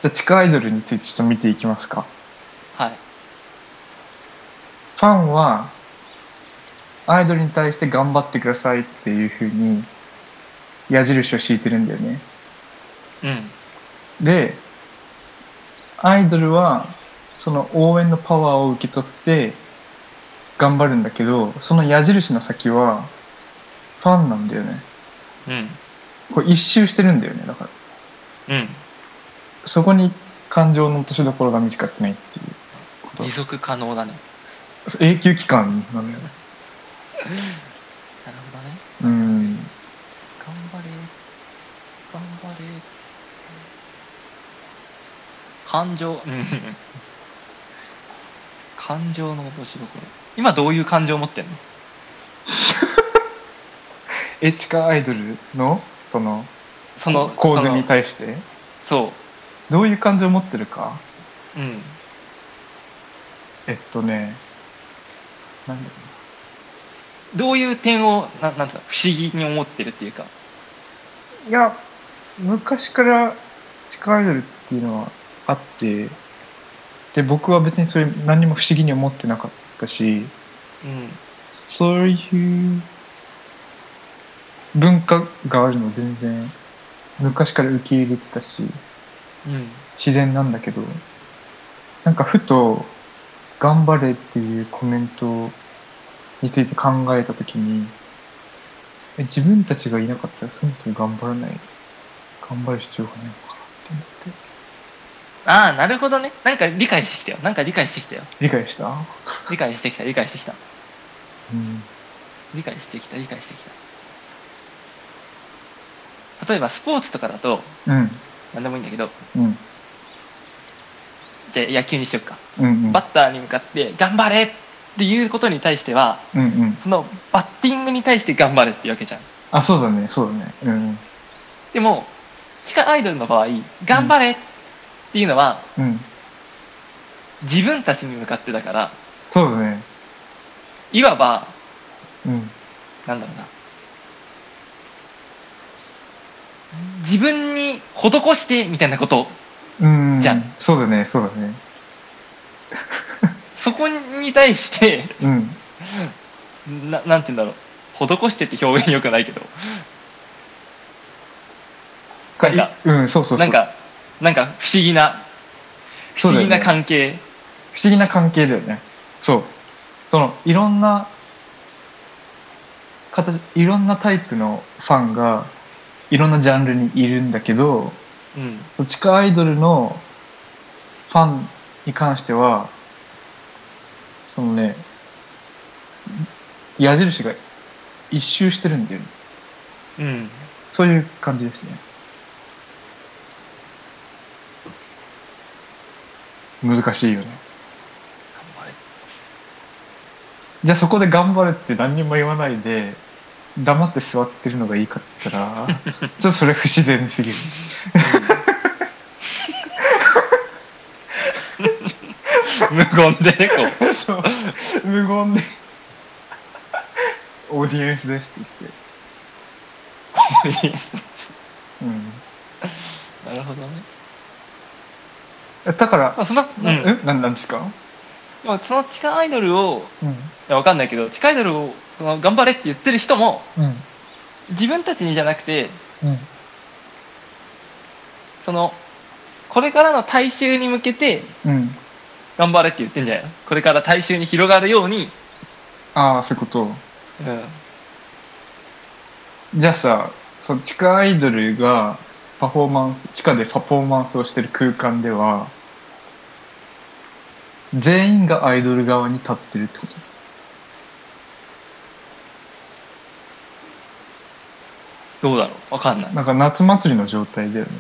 じゃあ地下アイドルについてちょっと見ていきますか
はい
ファンはアイドルに対して頑張ってくださいっていうふうに矢印を敷いてるんだよね。
うん
でアイドルはその応援のパワーを受け取って頑張るんだけどその矢印の先はファンなんだよね。
うん
これ一周してるんだよねだから
うん
そこに感情の落としどころが見つかってないっていうこと
持続可能だね
永久期間なのよね。
なるほどね頑
うん
張れ頑張れ感情うん感情の落としどころ今どういう感情を持ってんの
え地下アイドルのその
その
構図に
その
対して
そ
どういう感情を持ってるか
ううん
えっとねなんだろ
どういう点をななんていうか不思議に思ってるっていうか
ういや昔から力入れるっていうのはあってで僕は別にそれ何も不思議に思ってなかった
う
し
ん
そういう文化があるの全然昔から受け入れてたし
うん
自然なんだけどなんかふと「頑張れ」っていうコメントについて考えた時にえ自分たちがいなかったらそもそも頑張らない頑張る必要がないのかなって思って
ああなるほどねなんか理解してきたよなんか理解してきたよ
理解した
理解してきた理解してきた
うん
理解してきた理解してきた例えばスポーツとかだと
うん
何でもいいんだけど
うん
じゃあ野球にしよっか
うんうん
バッターに向かって「頑張れ!」っていうことに対しては
うんうん
そのバッティングに対して頑張れっていうわけじゃん
あそうだねそうだねうん
でも地下アイドルの場合「頑張れ!」っていうのは
うん
自分たちに向かってだから
そうだね
いわば
うん
なんだろうな自分に施してみたいなこと
うんうん
じゃん
そうだねそうだね
そこに対して
うん
ななんて言うんだろう施してって表現よくないけどなんか
うんそうそうそ
な
う
んかなんか不思議な不
そう
思
だ
議
よね
な関係
不思議な関係だよねそうそのいろんな形いろんなタイプのファンがいろんなジャンルにいるんだけど
うん
地下アイドルのファンに関してはそのね矢印が一周してるんだよね
うん
そういう感じですね難しいよね
頑張れ
じゃあそこで頑張れって何にも言わないで黙って座ってるのがいいかって言ったらちょっとそれ不自然すぎる
無言でねこう
そう 無言で「オーディエンスです」って言っ
なるほどね、
て、うん、だから
まあ、その、う
な,、
ん、
ん
で
なん、なんですか、
もその地下アイドルを
うん
いやわかんないけど地下アイドルをその頑張れって言ってる人も
うん
自分たちにじゃなくて
うん、
そのこれからの大衆に向けて
うん、
頑張れって言ってんじゃないのこれから大衆に広がるように、
ああそういうこと
うん、
じゃあさその地下アイドルがパフォーマンス地下でパフォーマンスをしてる空間では全員がアイドル側に立ってるってこと
どうだろうわかんない
なんか夏祭りの状態だよね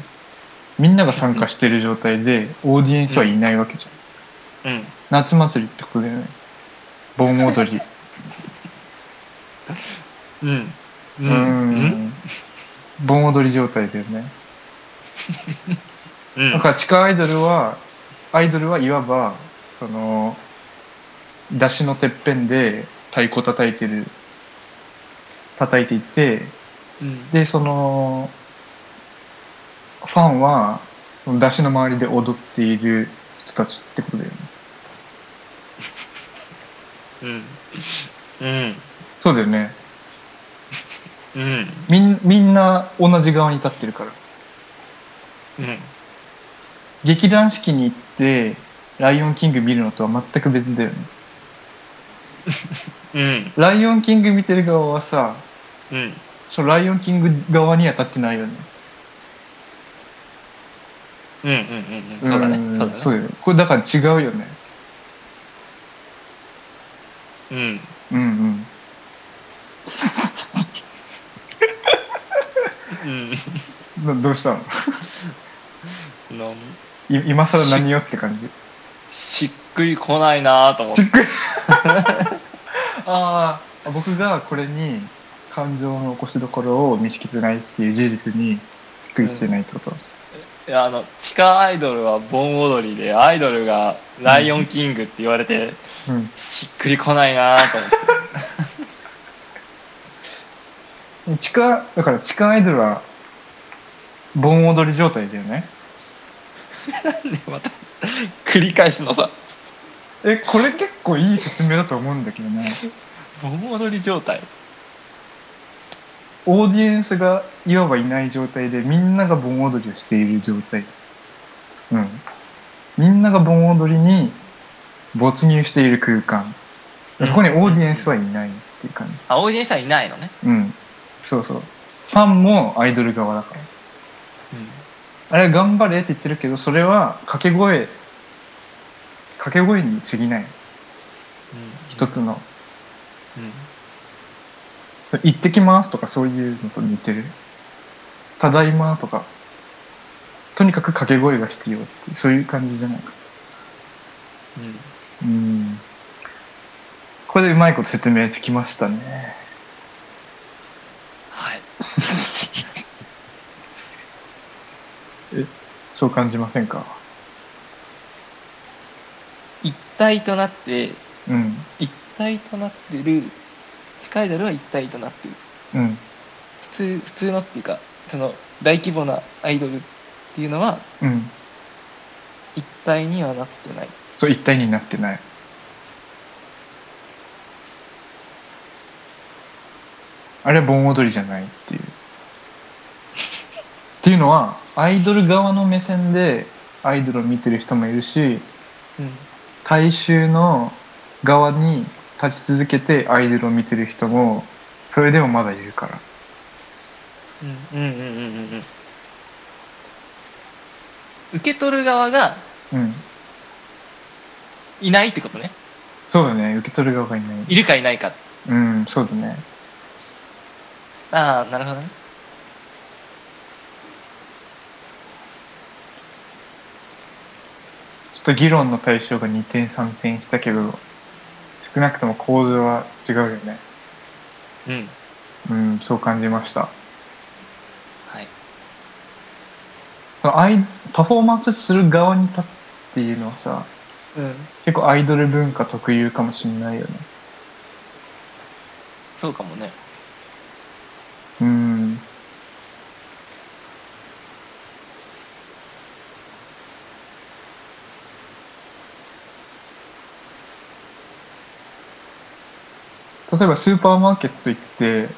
みんなが参加してる状態でオーディエンスはいないわけじゃん、
うん
夏祭りってことだよね盆踊り
うんう
うん
うん
盆踊り状態だよね
うん
だから地下アイドルはアイドルはいわばその出しのてっぺんで太鼓叩いてる叩いていて
うん
でそのファンはその出しの周りで踊っている人たちってことだよね
うんうん
そうだよね
うん
みんみんな同じ側に立ってるから
うん
劇団四季に行って「ライオンキング」見るのとは全く別だよね
うん
ライオンキング見てる側はさ
うん
そのライオンキング側には立ってないよね
うんうんうんうんそうだね
ん
そうだ
そう
ね
だよこれだから違うよね
うん
うんうん
うん
どどうしたの
あの
い今更何よって感じ
しっくりこないなぁと思っ
ち
て
っくり ああ僕がこれに感情の起こしどころを見つけてないっていう事実にしっくりきてないってこと、
いいやあの地下アイドルは盆踊りでアイドルが「ライオンキング」って言われて、
うん
しっくりこないなーと思って
地下だから地下アイドルは盆踊り状態だよね
でまた繰り返すのさ
えこれ結構いい説明だと思うんだけどね
盆踊り状態
オーディエンスがいわばいない状態でみんなが盆踊りをしている状態うんみんなが盆踊りに没入している空間そこにオーディエンスはいないっていう感じ
あオーディエンスはいないのね、
うんそうそうファンもアイドル側だからあれは頑張れって言ってるけどそれは掛け声掛け声に過ぎない一つの
うん
「行ってきます」とかそういうのと似てる「ただいま」とかとにかく掛け声が必要ってそういう感じじゃないか
うん
うんこれでうまいこと説明つきましたね
はい
そう感じませんか
一体となって
うん
一体となってる地下アイドルは一体となってる
うん
普通普通のっていうかその大規模なアイドルっていうのは
うん
一体にはなってない
そう一体になってないあれは盆踊りじゃないっていうっていうのはアイドル側の目線でアイドルを見てる人もいるし
うん
大衆の側に立ち続けてアイドルを見てる人もそれでもまだいるから
うんうんうんうんうんうん受け取る側が
うん
いないってことね
そうだね受け取る側がいない
いるかいないか
うんそうだね
ああなるほどね
ちょっと議論の対象が2点3点したけど少なくとも構造は違うよね
うん
うん、そう感じました。
はい
そのアイパフォーマンスする側に立つっていうのはさ、
うん
結構アイドル文化特有かもしんないよね。
そうかもね
うん。例えばスーパーマーケット行っ
う
て、
ん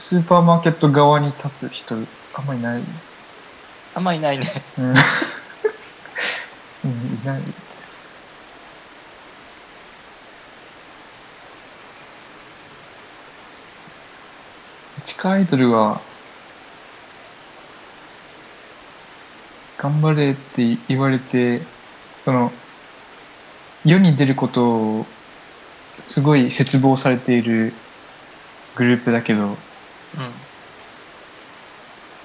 スーパーマーケット側に立つ人、あんまりいない。
あんまいないね
うん、いない。地下アイドルは、頑張れって言われて、その、世に出ることを、すごい絶望されているグループだけど、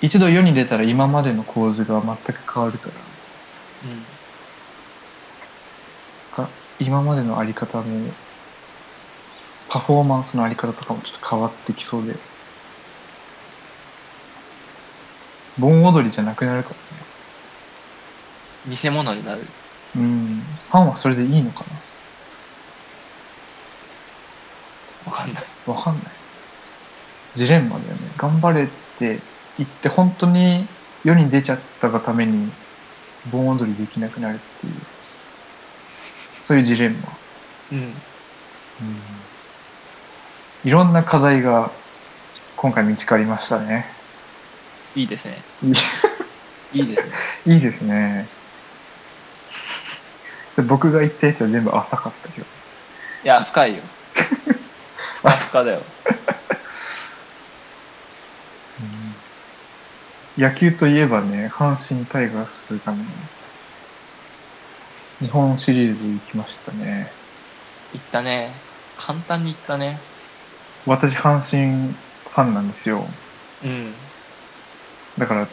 一度世に出たら今までの構図が全く変わるから。
うんうん
か今までのあり方もパフォーマンスのあり方とかもちょっと変わってきそうで盆踊りじゃなくなるからね
見せ物になる
うんファンはそれでいいのか
わかんない
なわかんないジレンマだよね頑張れって言って本当に世に出ちゃったがために盆踊りできなくなるっていうそういうジレンマ
うん
いろんな課題が今回見つかりましたね。
いいです ね
いい
いいですね
いいですね。 ちょ僕が言ったやつは全部浅かったけど。
いや深 いよふかふかだよ
野球といえばね、阪神タイガースがね、日本シリーズ行きましたね。
いったね簡単にいったね
私、阪神ファンなんですよ。
うん
だから、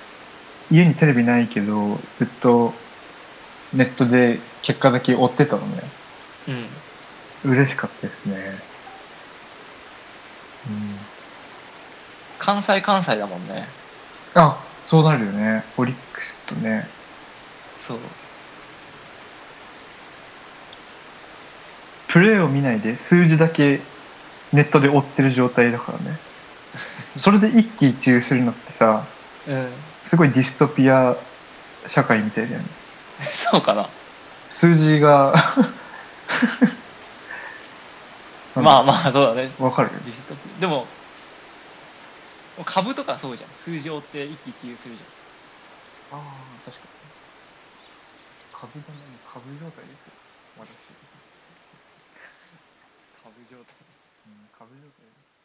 家にテレビないけど、ずっとネットで結果だけ追ってたのね。
うん
嬉しかったですね。うん、
関西関西だもんね
あそうなるよね。オリックスとね。
そう
プレーを見ないで数字だけネットで追ってる状態だから ねそれで一喜一憂するのってさ
うん
すごいディストピア社会みたいだよね
そうかな
数字が
まあまあそうだね
わかるよ
ディストピアでも株とかそうじゃん数字を追って一喜一憂するじ
あ
ゃん確かに
株だね株状態ですよ私、
株状態
株状態です